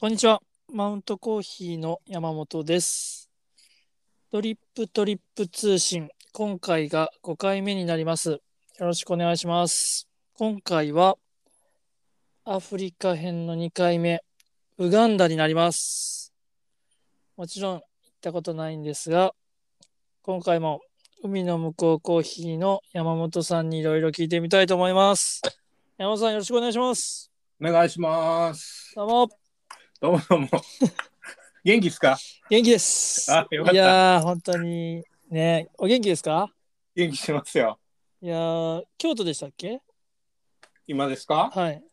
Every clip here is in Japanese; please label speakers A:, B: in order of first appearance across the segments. A: こんにちは。マウントコーヒーの山本です。トリップトリップ通信。今回が5回目になります。よろしくお願いします。今回はアフリカ編の2回目、ウガンダになります。もちろん行ったことないんですが、今回も海の向こうコーヒーの山本さんにいろいろ聞いてみたいと思います。山本さんよろしくお願いします。
B: お願いします。
A: どうも。
B: どうも どうも。元気ですか
A: 元気です。
B: あよかった
A: いやー、本当にね、お元気ですか
B: 元気してますよ。
A: いやー、京都でしたっけ
B: 今ですか
A: はい。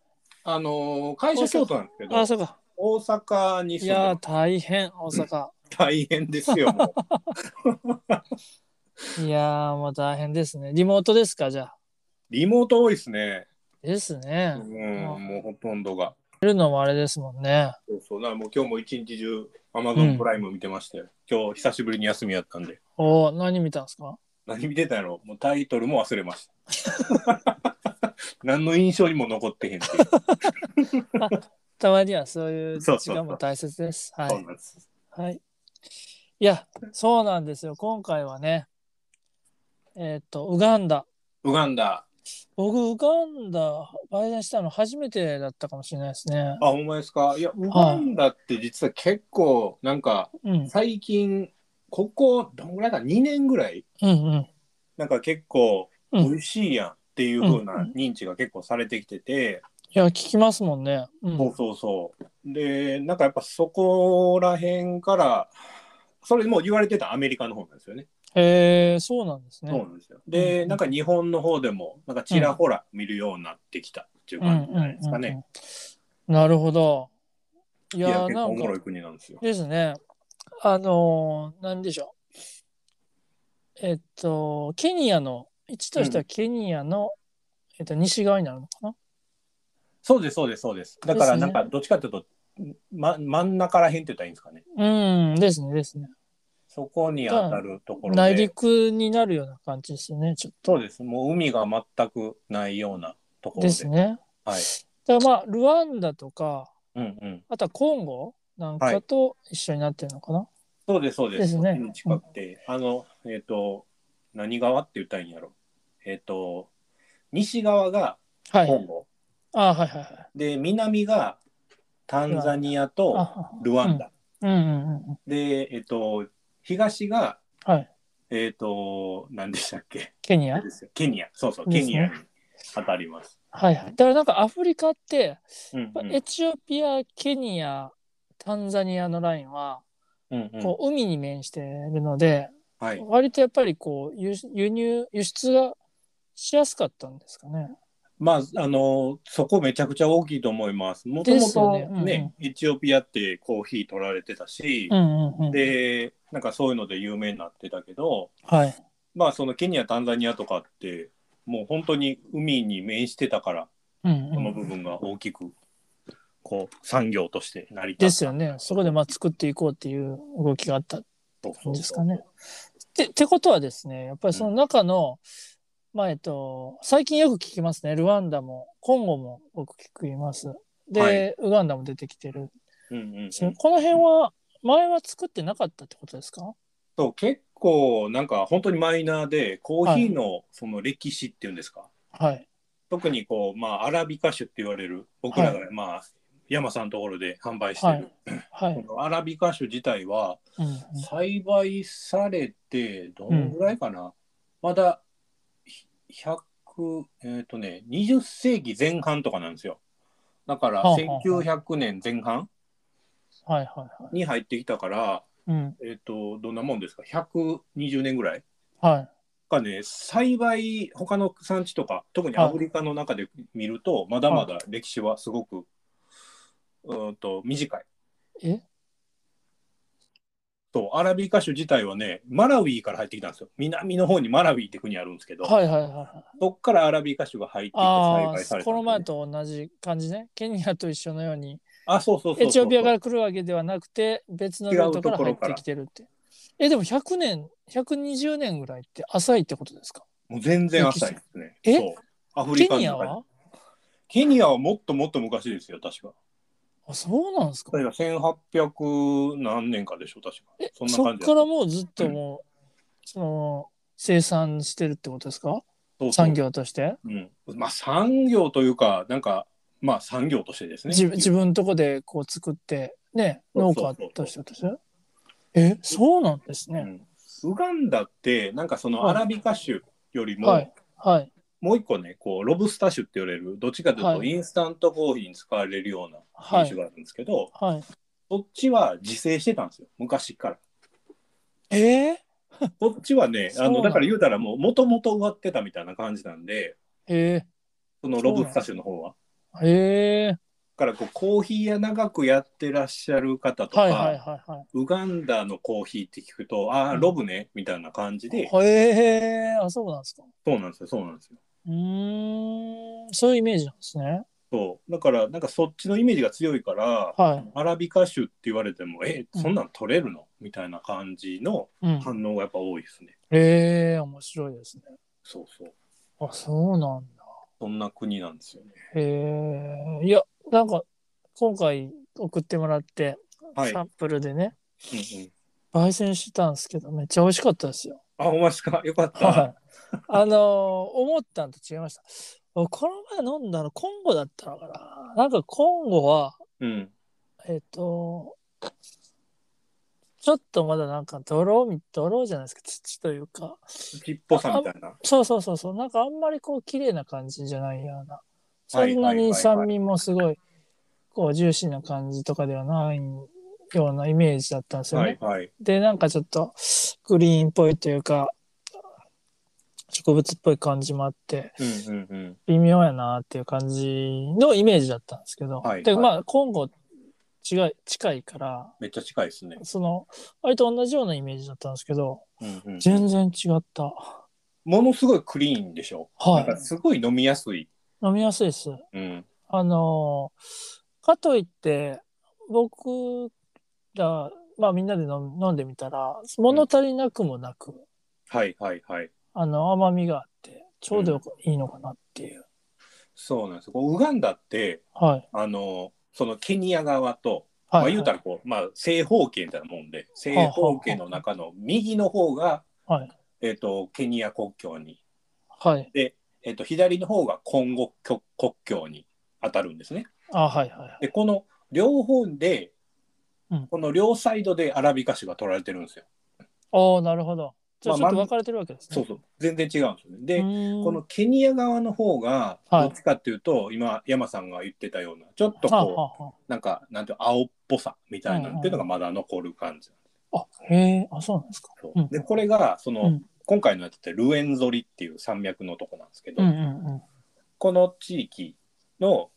B: あのー、会社京都なんですけ
A: あ、
B: ど、
A: そうか。
B: 大阪に
A: い
B: 住んで
A: やー、
B: ます
A: 大変、大阪。
B: 大変ですよ。も う
A: いやー、もう大変ですね。リモートですか、じゃあ。
B: リモート多いですね。
A: です
B: う
A: ね。
B: ん、もうほとんどが。
A: やるのもあれですもんね。
B: そうそう。だからもう今日も一日中、アマ
A: う
B: ゾ
A: ん
B: ンプライム見てましたよ。今日久しぶりに休みやったんで。
A: おー、何見たんですか
B: 何見てたんやろもうタイトルも忘れました。 何の印象にも残ってへんっていう。
A: たまにはそういう
B: そう
A: 時
B: そうそ
A: 間
B: う
A: も大切です。は
B: そう
A: い。
B: なんです。
A: はい。いや、そうなんですよ。今回はね、えっ、と、ウガンダ。
B: ウガンダ。
A: 僕、ウガンダ、バイデンしたの初めてだったかもしれないですね。
B: あ、ほんまですか。いや、ウガンダって実は結構、なんか、
A: うん。
B: 最近、ここ、どんぐらいか、2年ぐらい、
A: うんうん。
B: なんか結構、
A: う
B: 美
A: ん
B: 味しいやんっていう風
A: うんう
B: なん認知が結構されてきてて、
A: いや、聞きますもんね。うん。
B: そうそうそう。で、なんかやっぱそこら辺から、それもう言われてたアメリカの方なんですよね。
A: へえ、そうなんですね。
B: そうなんですよ。で、
A: うん
B: なんか日本の方でも、なんかちらほら見るようになってきたっていう感じじゃないですか
A: うんうん
B: ね。
A: うんなるほど。い
B: いや、
A: やー、
B: 結
A: な
B: 構お
A: ん
B: もろ
A: か
B: い国なんですよ。
A: ですね。あのー、なんでしょう。えっと、ケニアの、位置としてはケニアの、えっと、西側になるのかな
B: そうです、そうです、そうです。だから、なんか、どっちかというと、ま、真ん中らへんって言ったらいいんですかね。
A: うん、ですね、ですね。
B: そこに当たるところで。
A: 内陸になるような感じですよね、ちょっ。
B: そうです。もう海が全くないようなとことろで。
A: ですね。
B: はい。
A: だからまあ、ルワンダとか、
B: うんうん。
A: あとはコンゴなん
B: は
A: か
B: い
A: と一緒になってるのかな、
B: そうです、そうです。
A: ですね
B: 海に近くて、あの、えっ、と、何川って言ったらいいんやろ。えっ、と、西側が
A: は
B: 香
A: い。
B: 港、
A: あはいはいはい。
B: で、南がタンザニアと
A: あ
B: ルワンダ。
A: うんうんうんうん。
B: で、えっ、と、東が、
A: はい。
B: えっ、と、何でしたっけ
A: ケニア。はい
B: ですよケニア。そうそう、
A: で
B: ケ
A: すね
B: ニアに当たります。
A: はい。だからなんかアフリカって、
B: うんうん
A: エチオピア、ケニア、タンザニアのラインは、
B: うんうん
A: こう海に面してるので、
B: はい。
A: 割とやっぱりこう輸輸入、輸出がしやすかったんですかね。
B: まあ、あのそこめちゃくちゃ大きいと思います。もと
A: で
B: も
A: すよ
B: と
A: ねうんうん
B: ね、エチオピアってコーヒー取られてたし
A: う、んうんうん。
B: で、なんかそういうので有名になってたけど、
A: はい。
B: まあ、そのケニア、タンザニアとかって、もう本当に海に面してたから、
A: うん
B: この
A: う
B: 部
A: ん、
B: 分が大きく、こう、産業として成り立
A: で
B: つ。
A: すよね。そこでまあ作っていこうっていう動きがあった
B: そう
A: 感じですかね。ってってことはですねやっぱりその中の、まあえっと最近よく聞きますねルワンダもコンゴも僕聞きますで、
B: はい
A: ウガンダも出てきてる、
B: うんうんうん、
A: この辺は前は作ってなかったってことですか
B: そう結構、なんか本当にマイナーで、コーヒーのその歴史っていうんですか、
A: はい
B: 特にこう、まあ、アラビカ種って言われる、僕らが、
A: は
B: まあ、山さんのところで販売してる、
A: はいはい、
B: このアラビカ種自体は、
A: うんうん
B: 栽培されて、どのぐらいかな、まだ、ひ100、えっ、とね、20世紀前半とかなんですよ。だから、
A: はあはあ
B: 1900年前半
A: はいはいはい
B: に入ってきたから、
A: うん
B: えっ、と、どんなもんですか、120年ぐらい
A: はい
B: がね、栽培、他の産地とか、特にアフリカの中で見ると、まだまだ歴史はすごく、うーんと短い。
A: え
B: そう、アラビカ種自体はね、マラウィから入ってきたんですよ。南の方にマラウィって国あるんですけど、
A: はいはいはいはい
B: そっからアラビカ種が入ってきて栽
A: あ
B: 培さ
A: あ
B: れ
A: こ
B: たんですよね、
A: の前と同じ感じねケニアと一緒のように
B: あ、そうそうそうそう。
A: エチオピアから来るわけではなくて別のルートから入ってきてるってえでも100年120年ぐらいって浅いってことですか
B: もう全然浅いですね。
A: え
B: そうアフ
A: ケ
B: リカの
A: ニア
B: 中で
A: は
B: ケニアはもっともっと昔ですよ、確か。
A: あ、そうなんですか。
B: 例えば1800何年かでしょ、確か。
A: え、
B: そ
A: そ
B: ん
A: こ
B: な感じだ
A: からもうずっともう、その、生産してるってことですか
B: そうそう
A: 産業として
B: うん、まあ産業というかなんかまあ産業としてですね
A: 自分自分のとこでこう作って、ね、
B: そう
A: 農
B: そうそう
A: 家としてとして。え、そうなんですね。
B: うんウガンダってなんかその
A: は
B: ア
A: い
B: ラビカ種よりも、
A: はいはい。
B: もう一個ねこうロブスター種って言われるどっちかというと
A: はい
B: インスタントコーヒーに使われるような
A: は
B: 品
A: い
B: 種があるんですけど、
A: はい。
B: そっちは自生してたんですよ昔から
A: えー、
B: こっちはねあ
A: そうな
B: の
A: の
B: だから言うたらもうもともと植わってたみたいな感じなんで
A: え
B: そのロブスター種の方は。
A: ー、え
B: だからこうコーヒー屋長くやってらっしゃる方と
A: ー、
B: か、
A: はいはいはいはい。
B: ウガンダのコーヒーって聞くとああ
A: うん
B: ロブね、みたいな感じで
A: へえー、あ、そうなんですか。
B: そうなんですよそうなんですよ
A: うーん、そういうイメージなんですね。
B: そうだからなんかそっちのイメージが強いから
A: はい。
B: アラビカ種って言われてもえそんなん取れるの、みたいな感じの
A: うん、
B: 反応がやっぱ多いですね
A: ええー、面白いですね。
B: そうそう
A: あ、そうなんだ。
B: そんな国なんですよね
A: へえー、いや、なんか、今回送ってもらって、
B: はい、うん
A: サンプルでね、
B: うん、
A: 焙煎したんですけど、めっちゃ美味しかったですよ。
B: あおましかよかった、
A: はい。あのー思ったんと違いました。この前飲んだの、コンゴだったのかななんかコンゴは、
B: うん
A: えっ、と、ちょっとまだなんか泥み、泥じゃないですか、土というか。
B: ちっぽさみたいな
A: そうそうそうそう、なんかあんまりこう綺麗な感じじゃないような。そ
B: はい
A: んな
B: はいはいはい
A: に酸味もすごい、こうジューシーな感じとかではないようなイメージだったんですよね。
B: はいはい
A: で、なんかちょっとグリーンっぽいというか、植物っぽい感じもあって、
B: うんうんうん
A: 微妙やなっていう感じのイメージだったんですけど、
B: はい
A: で
B: はい
A: まあ今後違い近いから
B: めっちゃ近いですね、
A: その割と同じようなイメージだったんですけど
B: うんうん、
A: 全然違ったは
B: ものすごいクリーンでしょ、なんか
A: い
B: すごい飲みやすい、
A: 飲みやすいです
B: うん、
A: あのかといって僕らまあみんなで飲む飲んでみたら物足りなくもなく、
B: はいはいはい
A: あの甘みがあってちょうどよくいいのかなっていう、
B: そうなんですよこうウガンダって
A: はい
B: あのそのケニア側と、
A: はい、
B: まあ、言うたらこう、まあ、正方形みたいなもんで正方形の中の右の方が、
A: はい
B: えっとケニア国境に、
A: はい
B: えっと左の方がコンゴ国国境に当たるんですね。
A: あはいはいはい
B: でこの両方で、
A: うん
B: この両サイドでアラビカ種が取られてるんですよ。
A: ああなるほどじゃあち
B: ま
A: ょ
B: あ
A: っと分かれてるわけですね、
B: そうそう全然違うんですよね。で、こ
A: こ
B: のケニア側の方が
A: はい
B: どっちかっていうと、今山さんが言ってたようなちょっとこう、
A: はあはあは
B: なんかなんていうの青っぽさみたいなのっていうのがまだ残る感じ。
A: ああへえあそうなんですか
B: そう
A: うん
B: でこれがその、
A: うん
B: 今回のやつってルエンゾリっていう山脈のとこなんですけど、
A: うんうんうん
B: この地域の、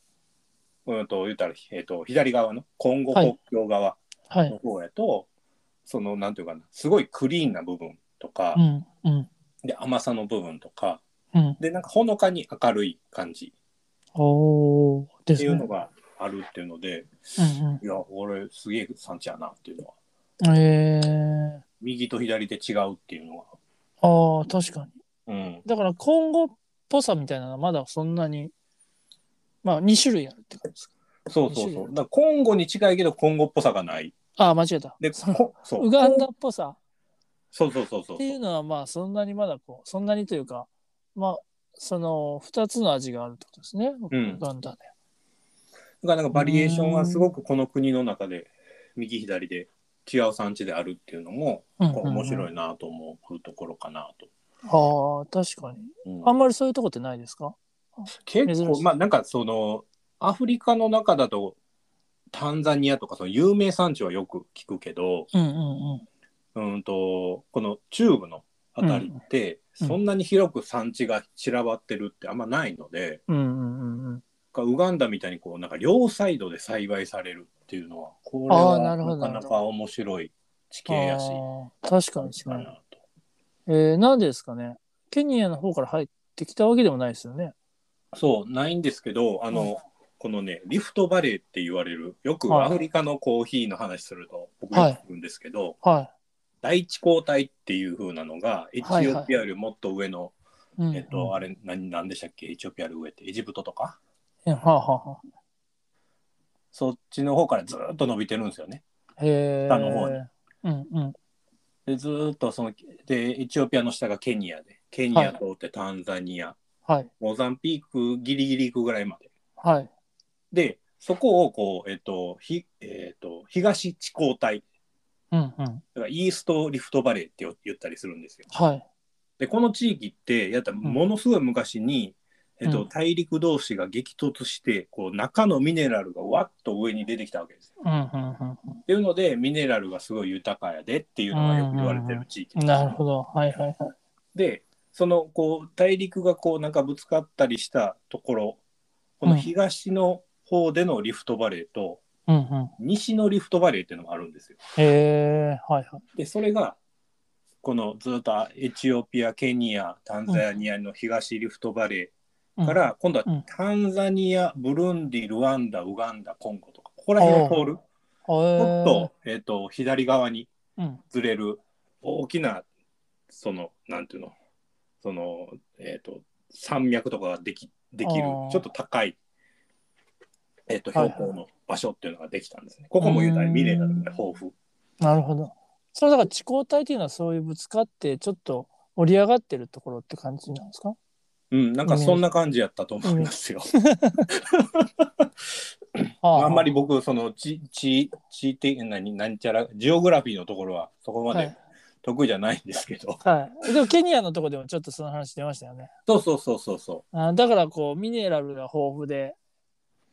B: うん、と言ったら、えー、と左側のコンゴ
A: はい
B: 国境側
A: はい
B: の方やと、そのなんていうかなすごいクリーンな部分とか、
A: うんうん
B: で甘さの部分とか
A: うん
B: でなんかほのかに明るい感じ
A: おおで
B: って
A: す
B: い
A: ね。う
B: うんのがあるっていうので、いや俺すげえ産地やなっていうのは
A: うん、えー、
B: 右と左で違うっていうのは、
A: ああ確かに。
B: うん、
A: だから今後っぽさみたいなのはまだそんなにまあ2種類あるってことですか。
B: そうそうそうだからコンゴに近いけどコンゴっぽさがない
A: ああ間違えた。
B: で、
A: そう
B: こそう。
A: ウガンダっぽさ
B: そうそうそうそう
A: っ。ていうのはまあそんなにまだこうそんなにというかまあその2つの味があるってことですね、
B: ん
A: ウガンダで。
B: だからなんかバリエーションはすごくこの国の中で右左で違う産地であるっていうのも
A: うん
B: こう面
A: うん
B: 白
A: う
B: いなと思うところかなと。
A: んああ確かに。
B: うん
A: あんまりそういうとこってないですか
B: 結
A: 珍し
B: 構
A: い
B: まあなんかそのアフリカの中だとタンザニアとかその有名産地はよく聞くけど
A: うんうんうん。
B: うんとこの中部のあたりって
A: うん
B: そんなに広く産地が散らばってるってあんまないので、
A: うんうんうんうん。
B: がウガンダみたいにこうなんか両サイドで栽培されるっていうのはこれ
A: あーな
B: は
A: るほど
B: なかなか面白い地形やし
A: あー確かにです
B: か
A: ね。
B: なと。
A: えー、なんでですかねケニアの方から入ってきたわけでもないですよね。
B: そうないんですけどあの、
A: うん
B: このねリフトバレーって言われるよく
A: はい
B: アフリカのコーヒーの話すると僕
A: はい
B: よく聞くんですけど、
A: は
B: 第一交代っていう風なのがエチ
A: はい
B: オピアよりもっと上の、
A: い。うん
B: えっと、あれ何何でしたっけエチオピアより上ってエジプトとか
A: えはあはあは
B: そっちの方からずーっと伸びてるんですよね。
A: へえ。
B: 下の方に
A: うんうん。
B: でずーっとそのでエチオピアの下がケニアでケニア通ってタンザニア、
A: はい。
B: モザンピークギリギリ行くぐらいまで。
A: はい。
B: でそこをこう、えっとひえっと東地高帯
A: うんうん。
B: だからイーストリフトバレーってよ言ったりするんですよ。
A: はい。
B: でこの地域ってやったらものすごい昔に、
A: うん
B: えっと
A: うん
B: 大陸同士が激突してこう中のミネラルがわっと上に出てきたわけですよ。
A: うんうんうん
B: っていうのでミネラルがすごい豊かやでっていうのがよく言われてる地域
A: うん。なるほど。はいはいはい。
B: でそのこう大陸がこうなんかぶつかったりしたところこ
A: う
B: の
A: ん
B: 東の方でのリフトバレーと
A: うんうん。
B: 西のリフトバレーっていうのがあるんですよ。
A: へえ。はいはい。
B: でそれがこのずっとエチオピアケニアタンザニアの東リフトバレ
A: う
B: ー
A: ん
B: か、ら今度
A: うん
B: はタンザニアブルンディルワンダウガンダコンゴとかここら辺を通る
A: ち
B: ち
A: ょ
B: ょっと,、えっと左側に
A: うん。
B: ずれる大きなそのなんていうのそのえっ、と山脈とかができできる
A: あー
B: ちょっと高い、えっと
A: はい
B: 標
A: はい
B: 高の場所っていうのができたんですね。ここも言うたらミネラルが豊富。
A: なるほど。それだから地高帯っていうのはそういうぶつかってちょっと盛り上がってるところって感じなんですか
B: うん、なんかそんな感じやったと思いますよ。 あんまり僕その地地地的なになんちゃらジオグラフィーのところはそこま
A: は
B: で
A: い、
B: 得意じゃないんですけど、
A: はい。でもケニアのとこでもちょっとその話出ましたよね。
B: そうそうそうそうそ
A: あだからこうミネラルが豊富で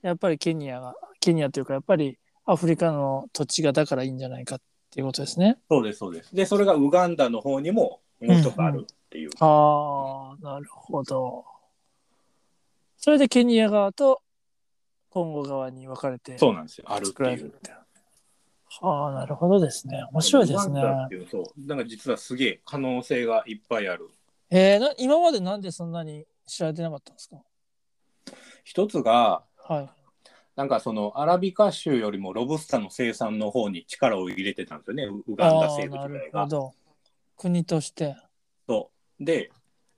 A: やっぱりケニアがケニアというかやっぱりアフリカの土地がだからいいんじゃないかっていうことですね
B: う。そうですそうです。でそれがウガンダの方にももう一つあるっていう。
A: ああなるほど。それでケニア側とコンゴ側に分かれて
B: そうなんですよ。あるって
A: 作られ
B: い
A: るみ。
B: う
A: たいな。はあなるほどですね。面白いですね
B: ウ。ガンダっていうそうなんか実はすげえ可能性がいっぱいある。
A: えー、な今までなんでそんなに知られてなかったんですか
B: 一つが
A: はい。
B: なんかそのアラビカ州よりもロブスタの生産の方に力を入れてたんですよね。ウウガンダ政
A: あー
B: 府
A: な
B: 自体
A: るほ
B: が。
A: ど。国として。
B: そうで、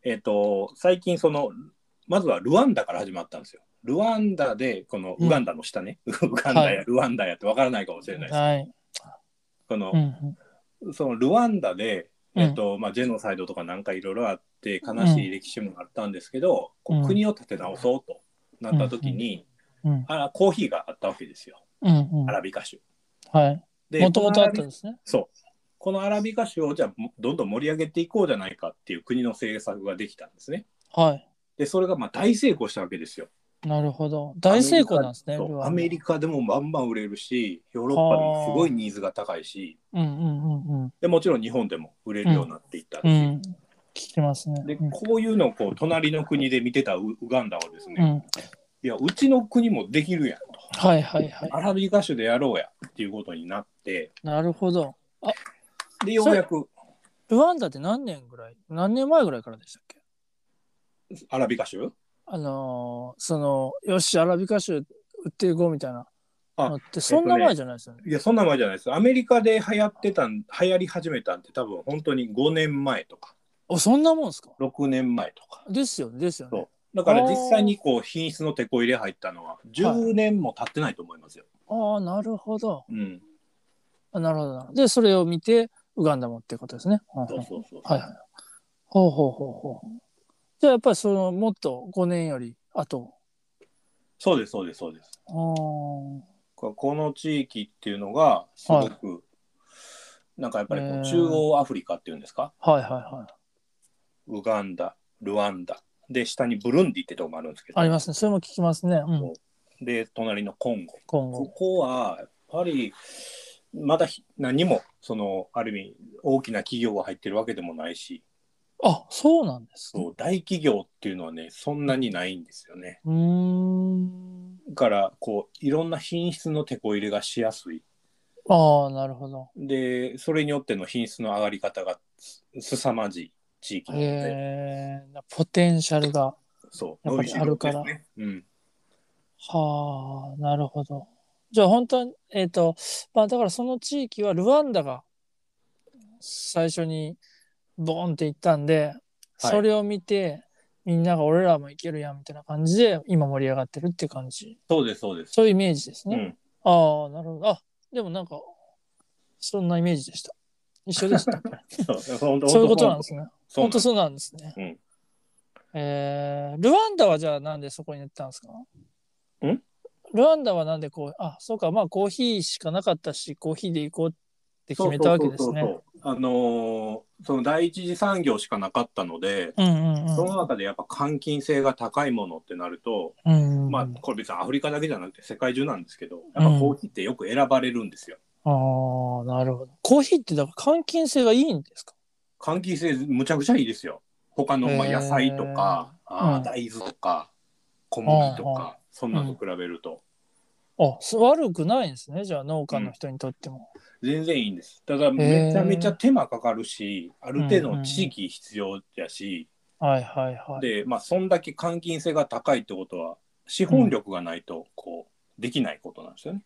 B: えっ、と最近そのまずはルワンダから始まったんですよ。ルワンダでこの
A: うん
B: ウガンダの下ね、ウガンダやルワンダやってわからないかもしれないです。
A: はい。
B: この
A: うんうん
B: そのルワンダで、
A: うん
B: えっとまあ、ジェノサイドとかなんかいろいろあって悲しい歴史もあったんですけど、こう
A: うん
B: 国を立て直そうとなった時
A: う
B: に、
A: ん
B: あらコーヒーがあったわけですよ
A: うんうん
B: ア。ラビカ州。
A: は
B: で
A: い。もともとあった
B: この
A: んですね。
B: そうこのアラビカ州をじゃあもどんどん盛り上げていこうじゃないかっていう国の政策ができたんですね。
A: は
B: でそれがまあ大成功したわけですよ。
A: い。なるほど。大成功なんですね。
B: そう
A: ルワンダ
B: アメリカでもバンバン売れるしヨーロッパでもすごいニーズが高いし
A: うんうんうんうん。
B: でもちろん日本でも売れるようになっていったし、
A: うん。聞きますね。
B: で
A: うん
B: こういうのをこう隣の国で見てたウウガンダはです
A: う
B: ね、
A: ん。
B: いやうちの国もできるやんと
A: はいはいはい。
B: アラビカ州でやろうやっていうことになって
A: なるほど。
B: でようやく
A: ルワンダって何年ぐらい何年前ぐらいからでしたっけ
B: アラビカ州
A: あのーその、よし、アラビカ州売っていこうみたいなのって、そんな
B: えっとね
A: 前じゃないですよね。
B: いやそんな前じゃないですアメリカで流行ってたん流行り始めたんって多分本当に5年前とか
A: お、そんなもんですか
B: 6年前とか
A: ですよね、ですよね。
B: だから実際にこう品質の手こ入れ入ったのは10年も経ってないと思いますよ、
A: ああ、なるほど。
B: うん
A: あなるほどな。で、それを見て、ウガンダもっていうことですね。うんうん
B: そうそうそう、
A: はいはい。ほうほうほうほう。じゃあ、やっぱりその、もっと5年より後。
B: そうですそうですそうです
A: あー
B: ここの地域っていうのがすごく、なんかやっぱりこ
A: えー
B: う中央アフリカっていうんですか、
A: はいはいはい。
B: ウガンダルワンダで下にブルンディってとこもあるんですけど
A: ありますね。それも聞きますね。うん
B: そ。で隣のコンゴ
A: 今
B: こ
A: 後。
B: こはやっぱりまだひ何もそのある意味大きな企業が入ってるわけでもないし
A: あ、そうなんですね。
B: そう大企業っていうのはねそんなにないんですよね
A: うーん。
B: だからこういろんな品質の手こ入れがしやすい
A: ああ、なるほど。
B: でそれによっての品質の上がり方がす凄まじい地域なので
A: えー、ポテンシャルが。
B: そう
A: やっぱ
B: 伸
A: り
B: びしろです
A: あ
B: ね、うん、
A: はあ、なるほど。じゃあ本当は、えっ、と、まあだからその地域はルワンダが最初にボーンって行ったんで、それを見てみんなが俺らも行けるやんみたいな感じで今盛り上がってるっていう感じ。
B: そうですそうです
A: そういうイメージです
B: う
A: ね。
B: ん、
A: ああ、なるほど。あ、でもなんか、そんなイメージでした。一緒で した。
B: そう本当
A: そういうことなんですね。
B: そ
A: 本
B: うなんで
A: 当
B: す
A: そうなんですね。
B: うん
A: えールワンダはじゃあなんでそこに行ったんですか
B: ん
A: ルワンダはなんでこう、あ、そうか、まあコーヒーしかなかったし、コーヒーで行こうって決めたわけです
B: そうそう
A: ね。
B: そうそうあのーその第一次産業しかなかったので、
A: うんうんうん
B: その中でやっぱ換金性が高いものってなると、
A: うんうん。
B: まあこれ別にアフリカだけじゃなくて世界中なんですけど、やっぱコーヒーってよく選ばれるんですよ。
A: ああ、なるほど。コーヒーってだから換金性がいいんですか
B: 換気性むちゃくちゃいいですよ他のまあ
A: へー
B: 野菜とか、あー
A: うん
B: 大豆とか小麦と
A: うんうん
B: か、そんなのと比べると
A: あ、す悪くないんですね。じゃあ農家の人にとっても。
B: 全然いいんですただめちゃめちゃ手間かかるし、ある程度の地域必要やし、
A: はいはいはい。
B: でまあそんだけ換金性が高いってことは資本力がないとこうできないことなんですよね。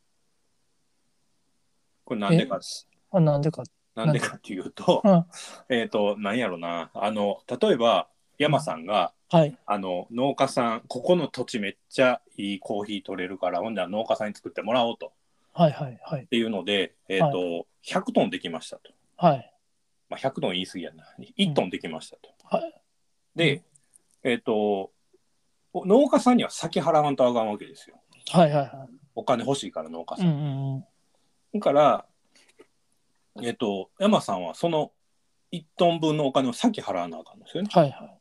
B: これなんでか
A: えあなんでか。
B: なんでかっていうと、
A: うん
B: えっ、となんやろなあの例えば山さんが、
A: はい。
B: あの農家さんここの土地めっちゃいいコーヒー取れるからほんでは農家さんに作ってもらおうとっ
A: はいはいはい。
B: ていうので、えーと100トンできましたと、
A: はい。
B: まあ、100トン言い過ぎやな1トンできましたと、
A: はい。
B: でえっ、とお農家さんには先払わんとあかんわけですよ
A: はいはいは
B: お金欲しいから農家
A: い。
B: さ、
A: うんんうんうん。
B: だからえっ、と山さんはその1トン分のお金を先払わなあかんのですよね
A: はいは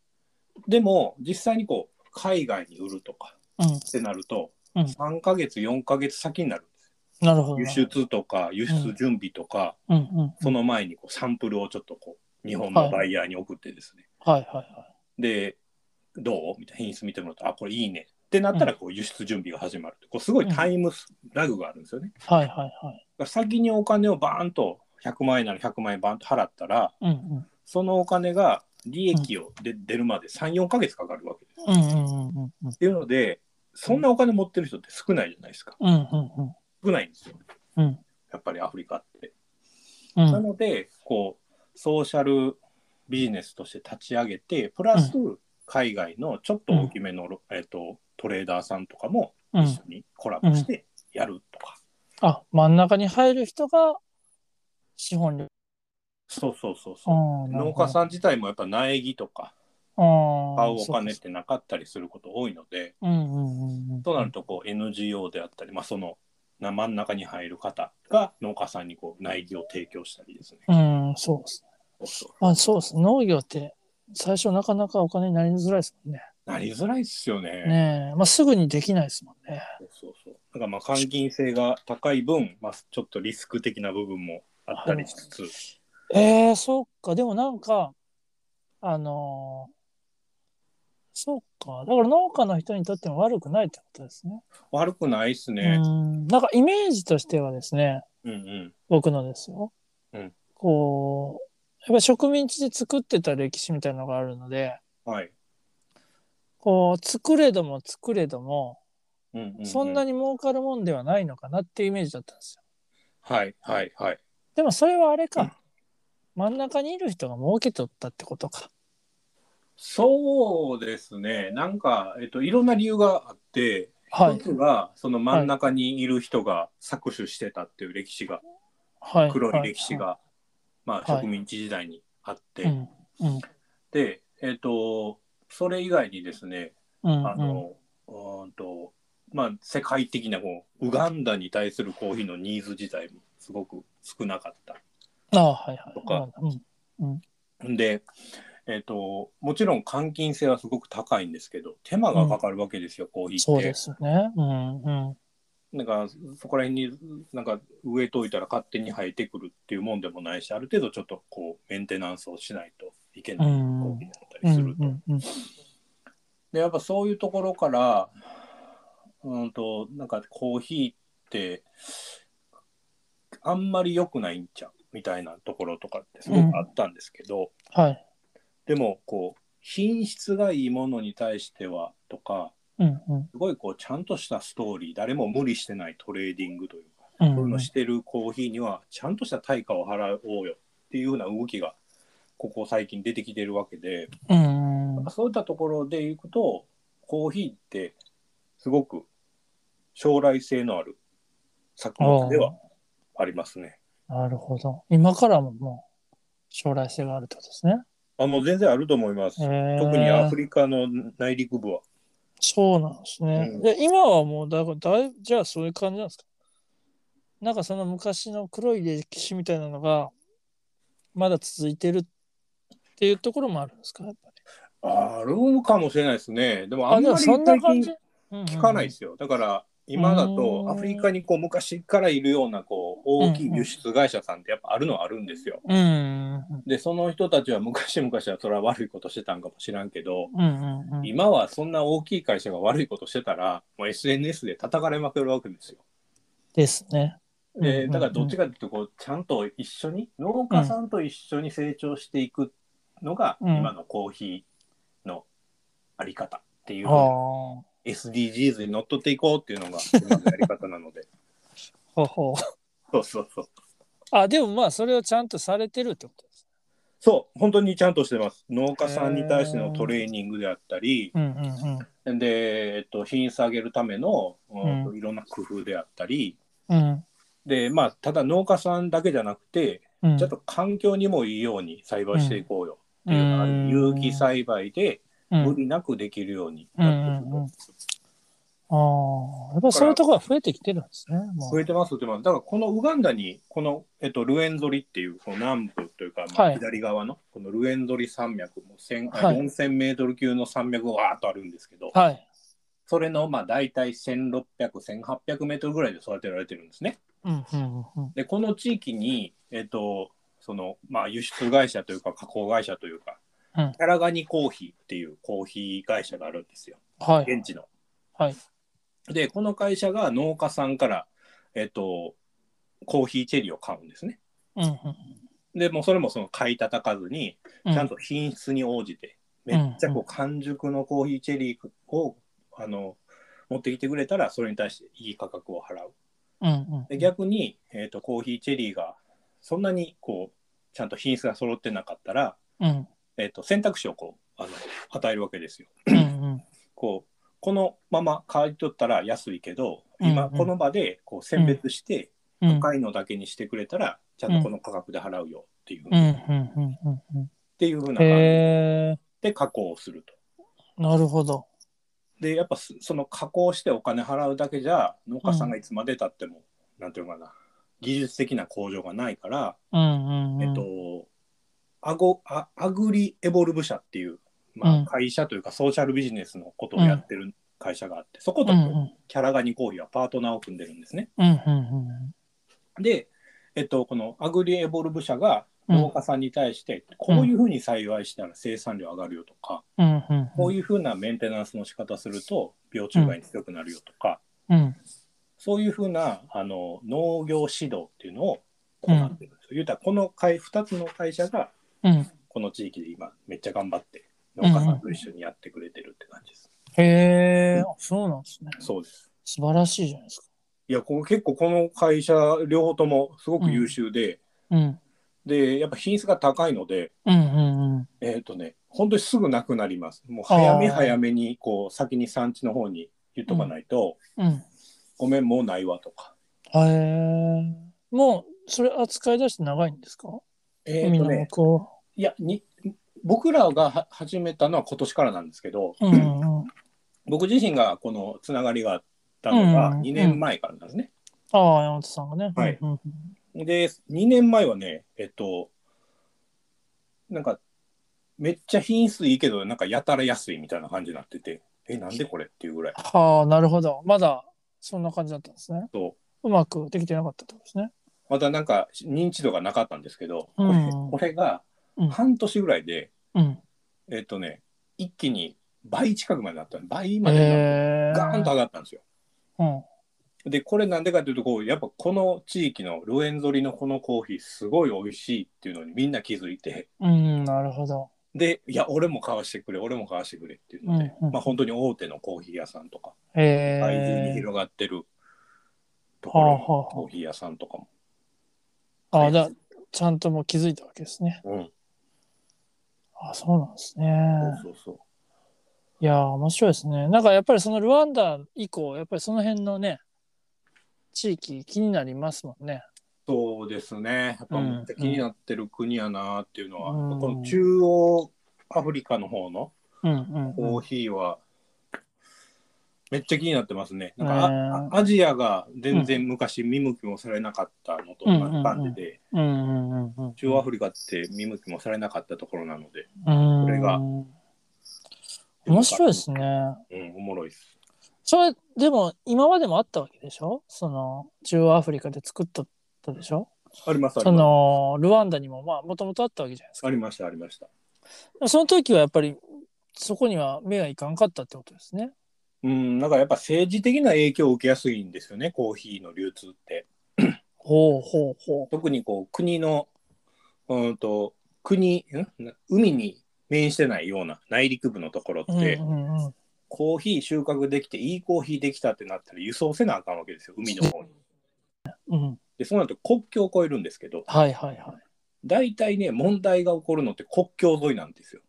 B: でも実際にこう海外に売るとか
A: い。うん。
B: ってなると、
A: うん
B: 3ヶ月4ヶ月先になるんです
A: なるほど。
B: 輸出とか輸出準備とか、
A: うんうん。
B: その前にこうサンプルをちょっとこう日本のバイヤーに送ってですね、
A: はいはいはい。
B: でどうみたいな品質見てもらってあこれいいねってなったらこう輸出準備が始まるこうすごいタイムスラグがあるんですよね。
A: はいはいはい。
B: だから先にお金をバーンと100万円なら100万円バーンと払ったら
A: うんうん。
B: そのお金が利益をで、出るまで34ヶ月かかるわけです。っ
A: うんうんうんうんうん。
B: ていうのでそんなお金持ってる人って少ないじゃないですか
A: うんうん
B: 少ないんですよ
A: うん。
B: やっぱりアフリカって。
A: うん。う。
B: なんのでこうソーシャルビジネスとして立ち上げてプラス海外のちょっと大きめの、えっとトレーダーさんとかも
A: うん
B: 一緒にコラボしてやるとか、
A: あ、真ん中に入る人が資本力。
B: そうそうそう
A: あ
B: そう、
A: ー
B: 農家
A: ん。
B: さん自体もやっぱ苗木とか
A: ああ。
B: 買うお金っ
A: そ
B: てなかったりすること多いので
A: うかうんうんうんうん。
B: となるとこう NGO であったり、まあ、そのな真ん中に入る方が農家さんにこう苗木を提供したりですね。
A: うん、そうです。
B: そうそう
A: まあそうです農業って最初なかなかお金になりづらいですもんね。
B: なりづらいっすよ
A: ねえ、まあ、すぐにできないですもんね。
B: そうそうそう。だからまあ換金性が高い分、まあちょっとリスク的な部分もあったりしつつ、
A: ええそっか、でもなんか、あのーそっか、だから農家の人にとっても悪くないってことですね。
B: 悪くないっす
A: う
B: ね。
A: ん、なんかイメージとしてはですね、
B: うんうん。
A: 僕のですよ。
B: うん
A: こう、やっぱり植民地で作ってた歴史みたいなのがあるので、
B: はい。
A: こう、作れども作れども、
B: うんうんう
A: そんなに儲かるもんではないのかなっていうイメージだったんですよ。
B: はいはいはい。
A: でもそれはあれか、
B: うん
A: 真ん中にいる人が儲けとったってことか。
B: そうですね。なんか、えっと、いろんな理由があって、
A: はい
B: 一つがその真ん中にいる人が搾取してたっていう歴史が、
A: はい、
B: 黒い歴史が、まあ
A: はい
B: 植民地時代にあって、
A: はい。うんうん
B: で、えっと、それ以外にですね、
A: うん
B: あの、うーんと、まあ、世界的なこう、ウガンダに対するコーヒーのニーズ自体もすごく少なかった。
A: ああはいはい。
B: とか
A: うん
B: んで、えっ、と、もちろん換金性はすごく高いんですけど、手間がかかるわけですよ、コーヒーって。
A: そうですよね。うんうん。
B: なんか、そこら辺になんか植えといたら勝手に生えてくるっていうもんでもないし、ある程度ちょっとこう、メンテナンスをしないといけないコーヒーだった
A: う
B: り
A: ん
B: すると。
A: うんうん、
B: でやっぱそういうところからうんとなんかコーヒーってあんまり良くないんちゃうみたいなところとかってすごくあったんですけど、
A: はい。
B: でもこう品質がいいものに対してはとか
A: うんうん
B: すごいこうちゃんとしたストーリー誰も無理してないトレーディングというか
A: う
B: そういうん
A: う
B: の
A: ん。
B: してるコーヒーにはちゃんとした対価を払おうよっていうような動きがここ最近出てきてるわけで。
A: うんうん
B: そういったところでいくとコーヒーってすごく将来性のある作物ではありますね。
A: なるほど。今からももう将来性があるってことですね。
B: あ、もう全然あると思います。特にアフリカの内陸部は。
A: そうなんですね。
B: うん
A: で今はもうだいぶだいぶじゃあそういう感じなんですかなんかその昔の黒い歴史みたいなのがまだ続いてるっていうところもあるんですかやっぱり
B: あるのかもしれないですね。でもあ
A: あ
B: ん
A: で
B: ま
A: も
B: り
A: そんな
B: 最
A: 感
B: 近
A: じ聞
B: 聞かないですよ。だから今だと
A: うん
B: アフリカにこう昔からいるようなこう大きい輸出会社さんってやっぱあるのはあるんですよ。
A: うんうん
B: でその人たちは昔々はそれは悪いことしてたんかもしらんけど
A: うんうんうん
B: 今はそんな大きい会社が悪いことしてたらもう SNS で叩かれまくるわけですよ。
A: ですね。
B: でだからどっち
A: か
B: かっていうとこうちゃんと一緒に農家さんと一緒に成長していくのが
A: うん
B: 今のコーヒーのあり方っていう
A: あ
B: ふうに
A: あ。
B: SDGs に乗っ取っていこうっていうのが今のやり方なので
A: ほうほう
B: そうそうそう
A: あでもまあそれをちゃんとされてるってことです。
B: そう本当にちゃんとしてます農家さんに対してのトレーニングであったり
A: うんうんうん
B: で、えっと、品質上げるための、うん
A: う
B: いろんな工夫であったり
A: うん
B: でまあただ農家さんだけじゃなくて
A: うん。
B: ちょっと環境にもいいように栽培していこうよっていうのがある、
A: うん
B: 有機栽培で
A: うん
B: 無理なくできるように
A: うん
B: なってくる
A: うんうんああ、やっぱりそういうところが増えてきてるんですね。もう
B: 増えてますってますだからこのウガンダにこの、えっと、ルエンゾリっていうこの南部というか、ま
A: は
B: あ、
A: い
B: 左側のこのルエンゾリ山脈も千、
A: はい
B: 4000メートル級の山脈がわーっとあるんですけど、
A: はい。
B: それのまあ大体1600、1800メートルぐらいで育てられてるんですね。
A: うんうんうん
B: で、この地域に、えっと、そのまあ輸出会社というか加工会社というか、
A: うん
B: キャラガニコーヒーっていうコーヒー会社があるんですよ、
A: はい。
B: 現地の。
A: はい。
B: で、この会社が農家さんから、えっと、コーヒーチェリーを買うんですね。
A: うんうん
B: でもうそれもその買い叩かずに、
A: うん。
B: ちゃんと品質に応じて、
A: うん
B: めっちゃこう完熟のコーヒーチェリーをあの持ってきてくれたら、それに対していい価格を払う。
A: うんうん。
B: で逆に、えー、とコーヒーチェリーがそんなにこうちゃんと品質が揃ってなかったら、
A: うん
B: えー、と選択肢をこうあの与えるわけですよ。
A: うんうん。
B: こうこのまま買い取ったら安いけど、今
A: うんうん
B: この場でこう選別して、
A: うん
B: 高いのだけにしてくれたら、ちゃんとこの価格で払うよっていう
A: う
B: ふうに、
A: ん
B: っ
A: うんうんうんうん。
B: ていうふうな感じ
A: へえ
B: で加工をすると。
A: なるほど。
B: でやっぱすその加工してお金払うだけじゃ農家さんがいつまでたっても、なんていうのかな技術的な向上がないから、
A: うんうんうん。
B: えっとアゴアアグリエボルブ社っていう、
A: う
B: ま
A: ん
B: あ、会社というかソーシャルビジネスのことをやってる会社があって、そこと
A: うんうん
B: キャラガニコーヒーはパートナーを組んでるんですね。
A: うんうん
B: で、えっと、このアグリエボルブ社が
A: うん
B: 農家さんに対して、こういうふうに栽培したら生産量上がるよとか、
A: うんうんうん
B: こういうふうなメンテナンスの仕方すると病虫害に強くなるよとか、
A: うん
B: そういうふうなあの農業指導っていうのを行ってるんですよ。言うたらこの会2つの会社が
A: うん。
B: この地域で今めっちゃ頑張って農家さんと一緒にやってくれてるって感じです。
A: へえ、あそうなんですね。
B: そうです。
A: 素晴らしいじゃないですか。
B: いやこう結構この会社両方ともすごく優秀で、
A: うん
B: でやっぱ品質が高いので、
A: うんうんうん。
B: えっ、とね本当にすぐなくなります。もう早め
A: あー
B: 早めにこう先に産地の方に言っとかないと、
A: うん。
B: ごめんもうないわとか。
A: へえ。もう、それ扱い出して長いんですか
B: えっ、
A: みん
B: と
A: な
B: ね
A: 向こ
B: いやに僕らがは始めたのは今年からなんですけど、
A: う。うんうん。
B: 僕自身がこのつながりがあったのが
A: うん
B: 2年前からなんですね。
A: ああ、山本さんがね。
B: はい
A: うんうん
B: で、2年前はね、えっと、なんか、めっちゃ品質いいけど、なんかやたら安いみたいな感じになってて、え、なんでこれっていうぐらい。
A: はあ、なるほど。まだそんな感じだったんですね。
B: そう
A: まくできてなかったってことですね。
B: またなんか認知度がなかったんですけど、これ,、
A: うん
B: これが
A: うん
B: 半年ぐらいで、
A: うん。
B: えっとね、一気に倍近くまでなったの倍まで
A: えー、
B: ガーンと上がったんですよ。
A: うん。
B: で、これなんでかというと、こう、やっぱこの地域のルエンゾリのこのコーヒーすごい美味しいっていうのにみんな気づいて、
A: うん、なるほど。
B: で、いや、俺も買わしてくれ、俺も買わしてくれっていうので、
A: うんうん
B: まあ本当に大手のコーヒー屋さんとか、
A: え
B: 外中に
A: ー、
B: 広がってるとこ
A: はあ
B: ろ
A: は
B: の
A: あは
B: コーヒー屋さんとかも。
A: あ。あじゃあちゃんともう気づいたわけですね。
B: うん、
A: あそうなんですね。
B: そうそう
A: いやー、面白いですね。なんかやっぱりそのルワンダ以降、やっぱりその辺のね、地域気になりますもんね。
B: そうですね。やっぱ
A: うん
B: めっちゃ気になってる国やなっていうのは、
A: うん
B: この中央アフリカの方の
A: うんうんうん
B: コーヒーは、めっちゃ気になってますね。なんかあ、
A: ね
B: あアジアが全然昔見向きもされなかったのと同じ感じで、
A: うんうんうんうん。
B: 中央アフリカって見向きもされなかったところなので、
A: こ
B: れが
A: 面白いですね。
B: うん、おもろいです。
A: それでも今までもあったわけでしょその中央アフリカで作っとったでしょ
B: あります、あり
A: そ
B: ま
A: のルワンダにもまあもともとあったわけじゃないです
B: す。ありました、ありました。
A: か。その時はやっぱりそこには目がいかんかったってことですね。
B: うん、なんかやっぱ政治的な影響を受けやすいんですよね、コーヒーの流通って。
A: ほうほうほ
B: 特にこう国の、うんと、国、んな海に面してないような内陸部のところ
A: う。
B: って、
A: うんうんうん、
B: コーヒー収穫できて、いいコーヒーできたってなったら輸送せなあかんわけですよ、海の方に。
A: うん、
B: で、そうなると国境を越えるんですけど、
A: はいはいはい。
B: 大体ね、問題が起こるのって国境沿いなんですよ。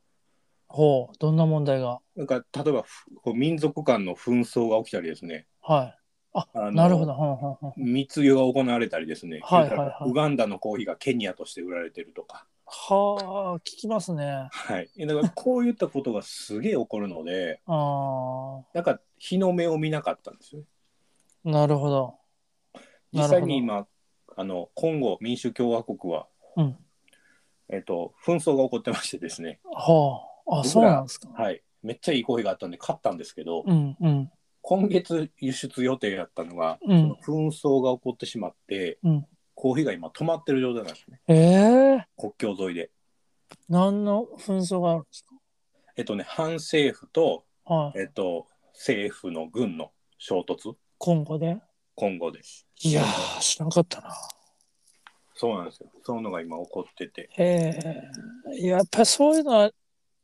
A: ほう、どんな問題が。
B: なんか例えばふこう民族間の紛争が起きたりですね
A: はい。あ、
B: あの
A: なるほど。ほんほんほん
B: 密輸が行われたりですね、
A: はいはいはい
B: それからウガンダのコーヒーがケニアとして売られてるとか,、
A: はあ、聞きますね。
B: はい、だからこういったことがすげえ起こるので
A: あ
B: なんか日の目を見なかったんですよね
A: あ、なるほど。
B: 実
A: なる
B: 際
A: ほど
B: に今あのコンゴ民主共和国は、
A: うん。
B: えっと紛争が起こってましてですね、
A: はあ、あ、
B: 僕ら
A: そうなんですか。
B: はい、めっちゃいいコーヒーがあったんで買ったんですけど、
A: うんうん
B: 今月輸出予定だったのが、
A: うん
B: その紛争が起こってしまって、
A: うん。
B: コーヒーが今止まってる状態なんですね
A: ええ
B: 国境沿いで。
A: 何の紛争があるんです
B: えっとね、反政府と、
A: か。はい。
B: えっと、政府の軍の衝突、
A: 今後で。
B: 今後です。
A: いやー、知らんかったな。
B: そうなんですよ。そういうのが今起こってて。
A: ええいややっぱりそういうのは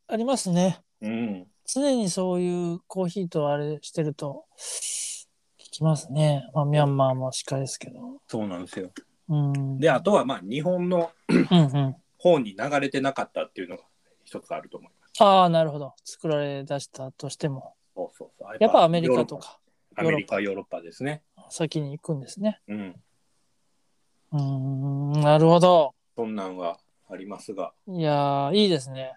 A: ありますね。
B: うん。
A: 常にそういうコーヒーとあれしてると聞きますね。まあ、ミャンマーも鹿ですけど。
B: そうなんですよ。
A: うん。
B: で、あとは、まあ、日本の
A: うんうん。
B: 方に流れてなかったっていうのが一つあると思います。
A: ああ、なるほど。作られ出したとしても。
B: そうそうそう。
A: やっぱアメリカとか
B: ヨーロッパ。アメリカ、ヨーロッパですね。
A: 先に行くんですね。
B: うん。
A: うーん、なるほど。
B: そんなんはありますが、
A: いやー、いいですね。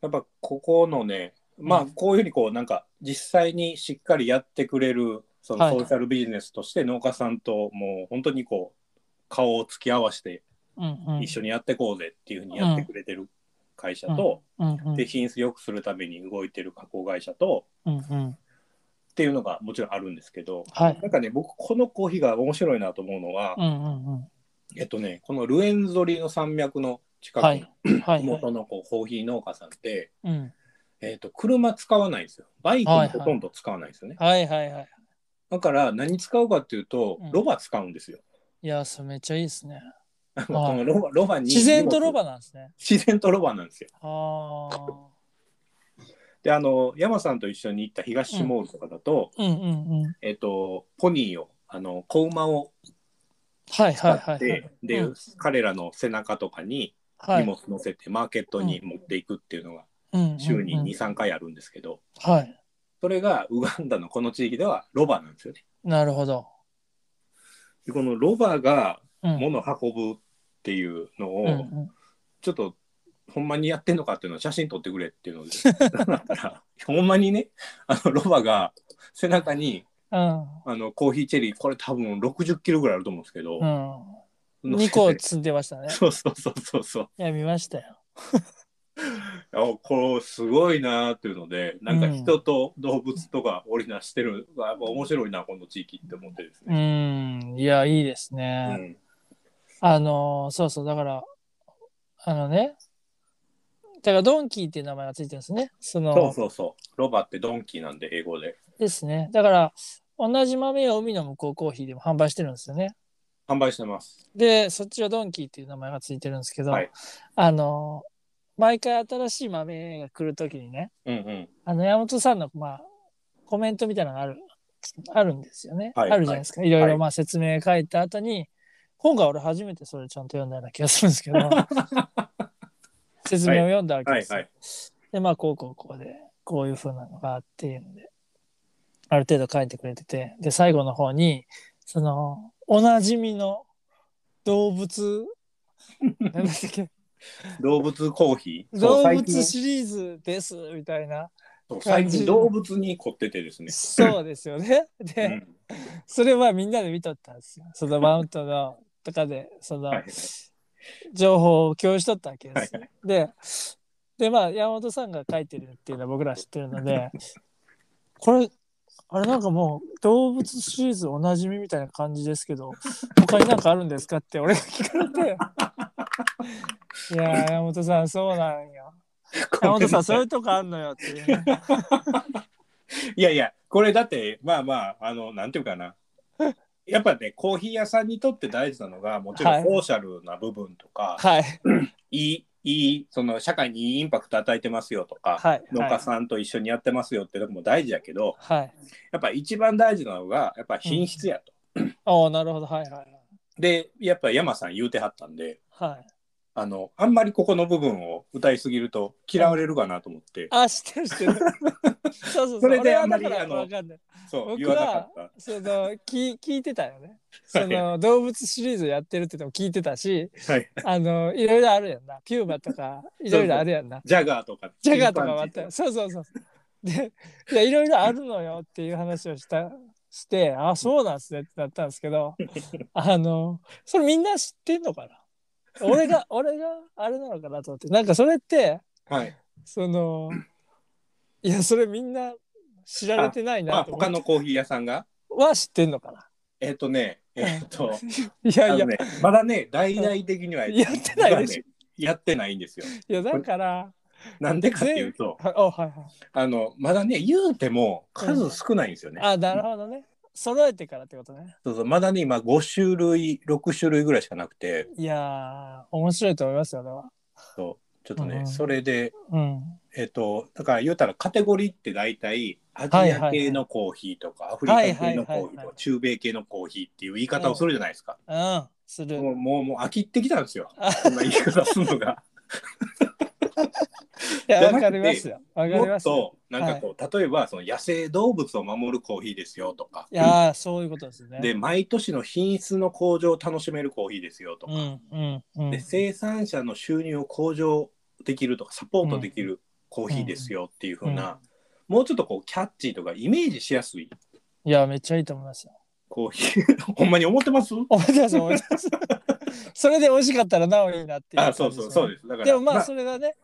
B: やっぱここのね、まあ
A: うん
B: こういうふうにこうなんか実際にしっかりやってくれるそ
A: は
B: の
A: い
B: ソーシャルビジネスとして農家さんともう本当にこう顔を突き合わせて
A: うんうん。
B: 一緒にやってこうぜっていうふうにやってくれてる会社と、
A: うんうん
B: で品質良くするために動いてる加工会社と
A: うんうん。
B: っていうのがもちろんあるんですけど、
A: はい。
B: なんかね僕このコーヒーが面白いなと思うのは、
A: うんうん
B: えっとねこのルエンゾリの山脈の近く
A: はいうん。はい、
B: の
A: はい。
B: 元のこうコーヒー農家さんって、
A: うん。
B: えっと車使わないんですよバイクもほとんど使わないんですよね。
A: はいはいはい。
B: だから何使うかっていうと、
A: うん
B: ロバ使うんですよ。
A: いやー、それめっちゃいいですね。
B: このロバロバに
A: 自然とロ
B: 荷物
A: バなんですね。
B: 自然とロバなんですよ。
A: ああ。
B: であの山さんと一緒に行った東シモールとかだと、
A: うんうんうん。
B: えっとポニーをあの子馬を
A: はい
B: 使
A: はい
B: って、
A: はいはい。
B: で、
A: うん
B: 彼らの背中とかに
A: は
B: 荷
A: い。
B: 物乗せてマーケットに持っていくっていうのが
A: うんうんうん
B: 週に23回あるんですけど、
A: はい。
B: それがウガンダのこの地域ではロバなんですよね。
A: なるほど。
B: でこのロバが
A: うん。
B: 物を運ぶっていうのを、
A: うんうん
B: ちょっとほんまにやってんのかっていうのを写真撮ってくれっていうので だからほんまにねあのロバが背中に
A: うん。
B: あのコーヒーチェリーこれ多分60キロぐらいあると思うんですけど、
A: うん。
B: 乗
A: 2
B: せて
A: 個積んでましたね。
B: そうそうそうそうそう
A: いや、見ましたよ。
B: あこれすごいなーっていうのでなんか人と動物とか織りなしてる、やっぱ面白いなこの地域って思ってです
A: う
B: ね、
A: ん。いや、いいです
B: う
A: ね。
B: ん
A: あのーそうそう、だから、あのね、だからドンキーっていう名前がついてるんですね。その、
B: そうそうそうロバってドンキーなんで英語で
A: ですね。だから、同じ豆を海の向こうコーヒーでも販売してるんですよね。
B: 販売してます
A: で、そっちはドンキーっていう名前がついてるんですけど、
B: はい
A: あのー毎回新しい豆が来るときにね、
B: うんうん
A: あの、山本さんの、まあ、コメントみたいなのがある、あるんですよね。
B: はい
A: あるじゃないですか。いろいろ、まあ、説明書いた後に、今回俺初めてそれちゃんと読んだような気がするんですけ ど、説明を読んだわけ
B: は
A: で
B: い
A: すよ。
B: はい
A: で、まあ、こうこうこうで、こういう風なのがあっていうので、ある程度書いてくれてて、で、最後の方に、その、おなじみの動 物、なんだっけ、
B: 動物コーヒーそ
A: 動
B: う最近
A: 物シリーズです、みたいな。
B: そう最近動物に凝っててですね。
A: そうですよね。
B: う
A: で、
B: ん
A: それはみんなで見とったんですよ。そのマウントのとかで、その
B: はい
A: 情報を共有しとったわけで
B: はい
A: す。で、で、まあ、山本さんが書いてるっていうのは僕ら知ってるので、これ、あれなんかもう動物シリーズおなじみみたいな感じですけど、他になんかあるんですかって俺が聞かれて、いやー、山本さん、そうなんよ。山本さん、そういうとこあんのよっていうね。
B: いやいや、これだって、まあまあ、あの、なんていうかな。 やっぱね、コーヒー屋さんにとって大事なのが、もちろ
A: は
B: ん
A: い
B: ソーシャルな部分とか、
A: はい、
B: い、い、いい、その社会にいいインパクト与えてますよとか、
A: はい、
B: 農
A: は
B: 家
A: い。
B: さんと一緒にやってますよってとこも大事やけど、
A: はい。
B: やっぱ一番大事なのが、やっぱ品質やと。
A: おーなるほど、はい、はいはい。
B: で、やっぱ山さん言うてはったんで、
A: はい。
B: あの、あんまりここの部分を歌いすぎると嫌われるかなと思って、
A: あ、知ってる知 ってる。そうそうそう。
B: それで
A: 俺は
B: あんまり
A: だから
B: あの
A: わかんない。
B: そう、
A: 僕
B: 言
A: は
B: わなかった。
A: その聞聞いてたよね。
B: は
A: そ
B: い
A: の動物シリーズやってるってのも聞いてたし、
B: はい
A: あのいろいろあるやんな。ピューマと かいろいろあるやんな。
B: ジャガーとか、
A: ジャガーとかもあった
B: チンパ
A: よ。
B: ンジ
A: そうそうそう。で、いやいろいろあるのよっていう話をした。してあそうなんすねってなったんですけどあのそれみんな知ってんのかな俺が俺があれなのかなと思ってなんかそれって
B: ーはい。
A: そのいやそれみんな知られてない
B: ま
A: な
B: あ、
A: と思って
B: 他のコーヒー屋さんが、
A: は知ってんのかな
B: えっ、とね、えっ、と、
A: いや
B: あ
A: い
B: の
A: や、
B: ね、まだね、大々的には
A: やってないでしょ
B: 実はねやってないんですよ。
A: いやだから
B: なんでかっていうと、
A: はおはいはい
B: あの、まだね、言うても数少ないんですよね。
A: あなるほどね揃えてからってことね
B: そうそう、まだね、今5種類、6種類ぐらいしかなくて、
A: いやー面白いと思いますよ俺は
B: そうちょっとね、
A: うん
B: それで、
A: うん
B: えっ、と、だから言うたらカテゴリーって大体、アジ
A: はいはいは
B: ア
A: い
B: 系のコーヒーとか、
A: は
B: アフ
A: い
B: リカ
A: はいはいはい
B: 系のコーヒーとか、中米系のコーヒーっていう言い方をするじゃないですか。
A: うんする
B: もう、もう、もう飽きてきたんですよ。
A: あ
B: そんな言い方するのが。
A: いや
B: じゃなくて
A: わかりますよわかり
B: も
A: ま
B: っ
A: すよ
B: となんかこう、例えばその野生動物を守るコーヒーですよとか
A: いやーそういうことですね
B: で毎年の品質の向上を楽しめるコーヒーですよと
A: う
B: か、
A: んうんうん
B: で生産者の収入を向上できるとかサポートできるコーヒーですよっていう風な、もうちょっとこうキャッチーとかイメージしやすい
A: いやめっちゃいいと思いますよ
B: コーヒー ほんまに思ってます
A: 思い出す思い出す それで美味しかったらなおいいなっていう感
B: あ
A: じ
B: そう
A: ですよ
B: そう
A: ね
B: そうですだから
A: でもま
B: な
A: あそれがね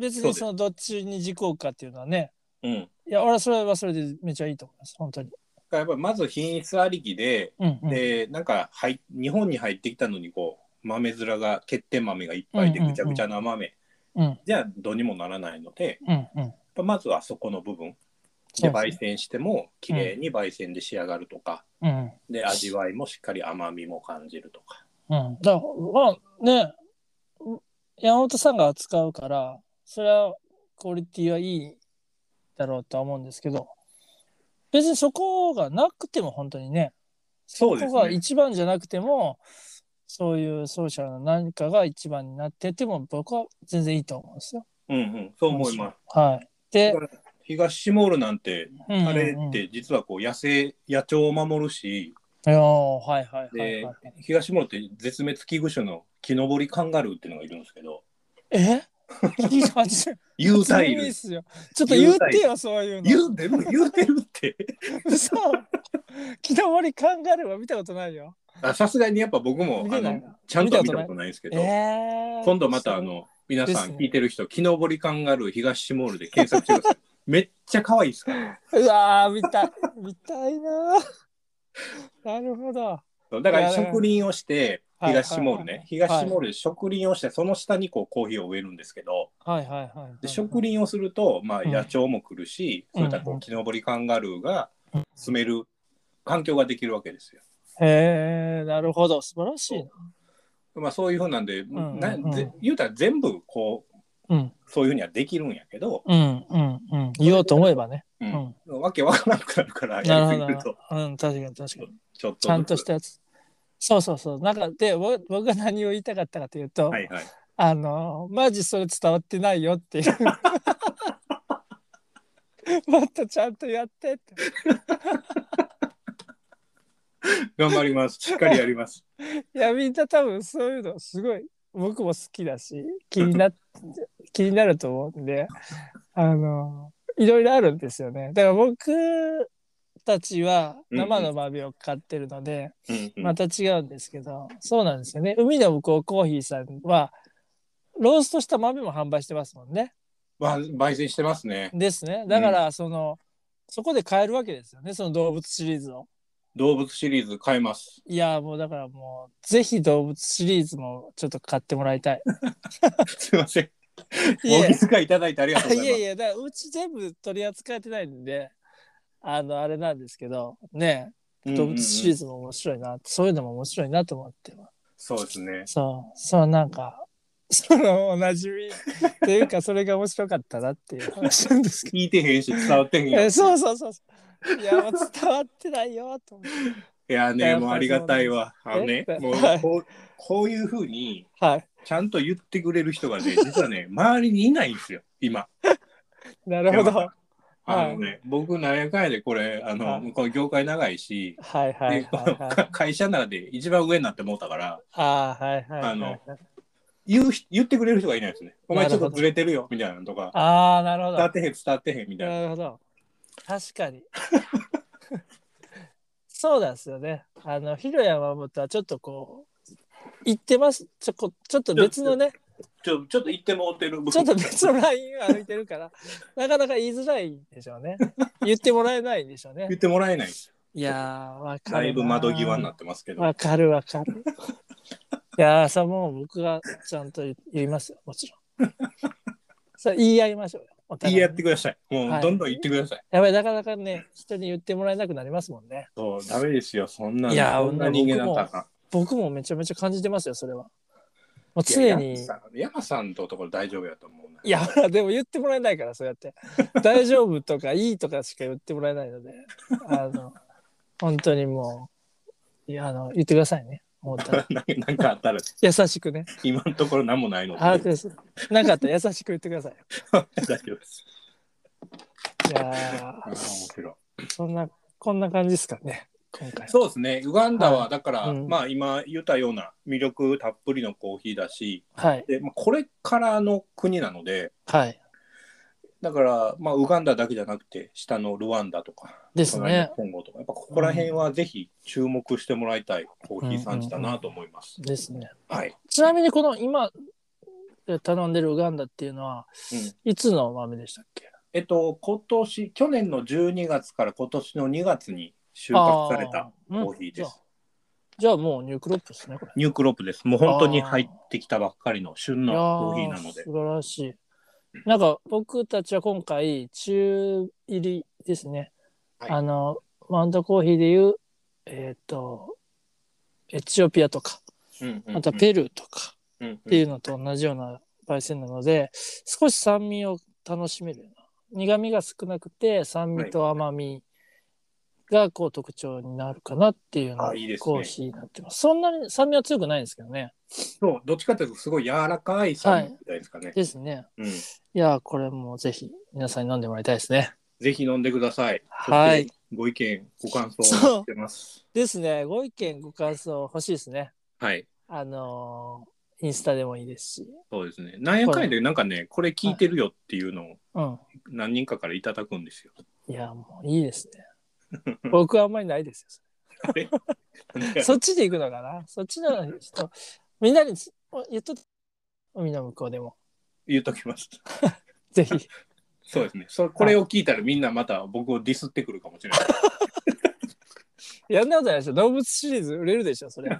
A: 別
B: そう
A: に
B: です
A: そのどっちに軸を置くかっていうのはね
B: うん、だか
A: いや俺はそれはそれでめっちゃいいと思います本当に、
B: らやっぱりまず品質ありきで
A: うんうん、
B: でなんか入日本に入ってきたのにこう豆面が欠点豆がいっぱいで
A: うんうんうん
B: ぐちゃぐちゃな豆、
A: うん
B: じゃあどうにもならないので
A: うんうん
B: やっぱまずはそこの部分
A: そ
B: で
A: う
B: 焙
A: ですね
B: 煎しても綺麗に焙煎で仕上がるとか、
A: うん
B: で味わいもしっかり甘みも感じるとか
A: うんだからまあねう山本さんが扱うからそれはクオリティはいいだろうとは思うんですけど別にそこがなくても本当にね
B: そう
A: そこが一番じゃなくてもそういうソーシャルな何かが一番になってても僕は全然いいと思うんですよ。
B: うんうんそう思います
A: はい、で、
B: 東シモールなんて
A: うんうんうん
B: あれって実はこう野生野鳥を守るし
A: いやーはいはいはい、はい。
B: 東シモールって絶滅危惧種の木登りカンガルーっていうのがいるんですけど
A: え初
B: 有
A: 耳
B: 袋
A: にっ
B: 類
A: すよちょっと言ってよ、そういう
B: 言
A: の。
B: うてる言うてるって
A: 嘘木登りカンガルーは見たことないよ。
B: あさすがにやっぱ僕も
A: 見
B: あ
A: てない
B: のちゃんとは見たことないんですけど、
A: えー、
B: 今度またあの皆さん聞いてる人、木登りカンガルー東シモールで検索し てくださいめっちゃ可愛いですから
A: うわー見たい見たいなーなるほど
B: だか
A: いや
B: ら
A: だから
B: 植林をして
A: はい
B: 東シモールね、
A: はい
B: 東シモールで植林をしてその下にこうコーヒーを植えるんですけど
A: はいはいはい、はい、
B: で植林をすると、まあ、
A: うん
B: 野鳥も来るし、そういった
A: う
B: こ
A: んう
B: うん木登りカンガルーが住める環境ができるわけですよ。
A: へえー、なるほど素晴らしいな
B: まあ、そういうふうなんで、
A: んうん
B: なぜ言うたら全部こう
A: うん
B: そういうふうにはできるんやけど、
A: うんうんうん言おうと思えばね
B: う
A: うんん
B: わけわからなくなるから
A: な
B: や
A: る
B: り
A: ほ
B: すぎると
A: どうん確かに確かに
B: ちょっとずつ
A: ちゃんとしたやつそうそうそうなんかでぼ僕が何を言いたかったかというと、
B: はいはい。
A: あのマジそれ伝わってないよっていう もっとちゃんとやってって
B: 頑張ります。しっかりやります。
A: いや、みんな多分そういうのすごい、僕も好きだし、気にな、 気になると思うんで、あの、いろいろあるんですよね。だから僕たちは生の豆を買ってるので、
B: うんうん
A: また違うんですけど、そうなんですよね。海の向こうコーヒーさんは、ローストした豆も販売してますもんね。
B: まあ、焙煎してますね。
A: ですね。だから、その、そこで買えるわけですよね、その動物シリーズを。
B: 動物シリーズ買えます。
A: いや、もうだからもう、ぜひ動物シリーズもちょっと買ってもらいたい。
B: すいません。
A: いえ
B: お気遣いいただいてありがとうございま
A: い
B: す。
A: やいや、だからうち全部取り扱えてないんで、あの、あれなんですけど、ね、動物シリー
B: ズ。
A: ズも面白いな、そういうのも面白いなと思ってます。
B: そうですね。
A: そう、そうなんか、そのおなじみっていうか、それが面白かったなっていう話なんですけ
B: 聞いてへんし、伝わってへん
A: ど。
B: よ。
A: え
B: い
A: そうそうそうそう。いや、もう伝わってないよ、と思って。
B: や
A: い
B: ね、
A: や
B: もうありがたいわ。
A: そう
B: あのね
A: え、
B: もう
A: はい
B: こうこういうふうに、
A: はい。
B: ちゃんと言ってくれる人がね、実はね、周りにいないんですよ、今。
A: なるほど。
B: 山
A: は
B: 田あのね、僕、なんやかんやでこれ、あの、
A: はい
B: 向こう業界長いし、
A: いはい
B: で
A: はい、はい。
B: か会社の中で一番上になってもうたから、
A: ああ、はいはいはい
B: あ
A: はい
B: の。言う人言ってくれる人がいないですね。お前ちょ
A: な
B: っ
A: る
B: と
A: ほど
B: ずれてるよ、みたいなのとか、
A: ああ、なるほど
B: 伝わ。ってへん、伝わってへん、みたいな。
A: なるほど。確かに。 そうなんですよね。あの、ヒロヤマモトはちょっとこう、行ってます。ちょこちょっと別のね、
B: ちょちょっと言ってもうてる。
A: ちょっと別のラインを歩いてるから、 なかなか言いづらいんでしょうね。言ってもらえないんでしょうね
B: 言。ってもらえないんですよ。
A: いやー、わかるな。
B: だいぶ窓際になってますけど。
A: わかるわかる。 いやー、さ、もう僕がちゃんと言いますよ、もちろん。 さ、言い合いましょうよ。お互い
B: 言
A: に
B: い合ってください。も
A: はいう
B: どんどん言ってください。
A: やばい、なかなかね、人に言ってもらえなくなりますもんね。
B: そう、ダメですよ。そんな、
A: いや
B: そんな人間だったらあかん。
A: 僕もめちゃめちゃ感じてますよそれは。もう
B: い
A: 常
B: や
A: に
B: 山さん山さんとところ大丈夫やと思うな。
A: いや ほらでも言ってもらえないからそうやって 大丈夫とかいいとかしか言ってもらえないのであの本当にもういやあの言ってくださいね思ったら
B: な なんかあったら、
A: 優しくね
B: 今のところ何もないので。
A: 把
B: 大
A: 握ですなかったら優しく言ってください
B: 丈夫です。
A: いや
B: あー面白い。
A: ーそんなこんな感じですかね今回
B: そうですね。ウガンダは、だから、
A: うん
B: まあ今言ったような魅力たっぷりのコーヒーだし、
A: はい
B: でまあ、これからの国なので、
A: はい
B: だから、まあ、ウガンダだけじゃなくて、下のルワンダとか、
A: ですね
B: 隣のコンゴとか、やっぱここら辺はぜひ注目してもらいたいコーヒー産地だなと思います。
A: ですね
B: はい。
A: ちなみにこの今頼んでるウガンダっていうのは
B: うん
A: いつの豆でしたっけ
B: えっと、今年、去年の12月から今年の2月に収穫された
A: コ
B: コーヒーです。
A: じゃあもうニュークロップですね、これ。
B: ニュークロップです。もう本当に入ってきたばっかりの旬の
A: いやー
B: コーヒーなので。
A: 素晴らしい。なんか僕たちは今回、中入りですね。
B: はい
A: あの、マウントコーヒーでいう、えっ、と、エチオピアとか、あとはペルーとか
B: っ
A: っていうのと同じような焙煎なので、少し酸味を楽しめるような。苦味が少なくて、酸味と甘みがこう特徴になるかなっていうような
B: あいいですね
A: コーヒーになってます。そんなに酸味は強くないんですけどね。
B: そう、どっちかというとすごい柔らかい酸味みたいですかね。
A: ですね。
B: うん、
A: いやー、これもぜひ皆さんに飲んでもらいたいですね。
B: ぜひ飲んでください。
A: はい
B: そして。ご意見、ご感想を待ってます。
A: ですね。ご意見、ご感想欲しいですね。
B: はい。
A: あのーインスタでもいいですし。
B: そうですね。なんやかんやでなんかね、これ聞いてるよっていうのを
A: うん。
B: 何人かからいただくん ですよ。
A: いやー、もういいですね。僕はあんまりないです
B: あれ
A: よ。そっちで行くのかなそっちの人、みんなに言っと海の向こうでも。
B: 言っときます。
A: ぜひ。
B: そうですね。そこれを聞いたらみんなまた僕をディスってくるかもしれ ない。
A: やんなことないでしょ。動物シリーズ売れるでしょ、それ。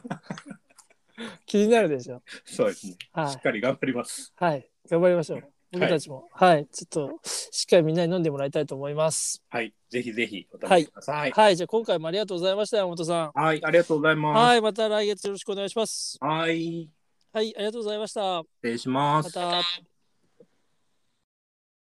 A: 気になるでしょ。
B: そうですね。
A: は
B: しっかり頑張ります。
A: い。はい。頑張りましょう。僕たちも。はい。ちょっと、しっかりみんなに飲んでもらいたいと思います。
B: はい。ぜひぜひお試しください。
A: はい、じゃあ今回もありがとうございました、山本さん。
B: はい。ありがとうございま
A: は
B: す。
A: い、また来月よろしくお願いします。
B: はい。
A: はい、ありがとうございました。
B: 失礼しま。
A: ますた。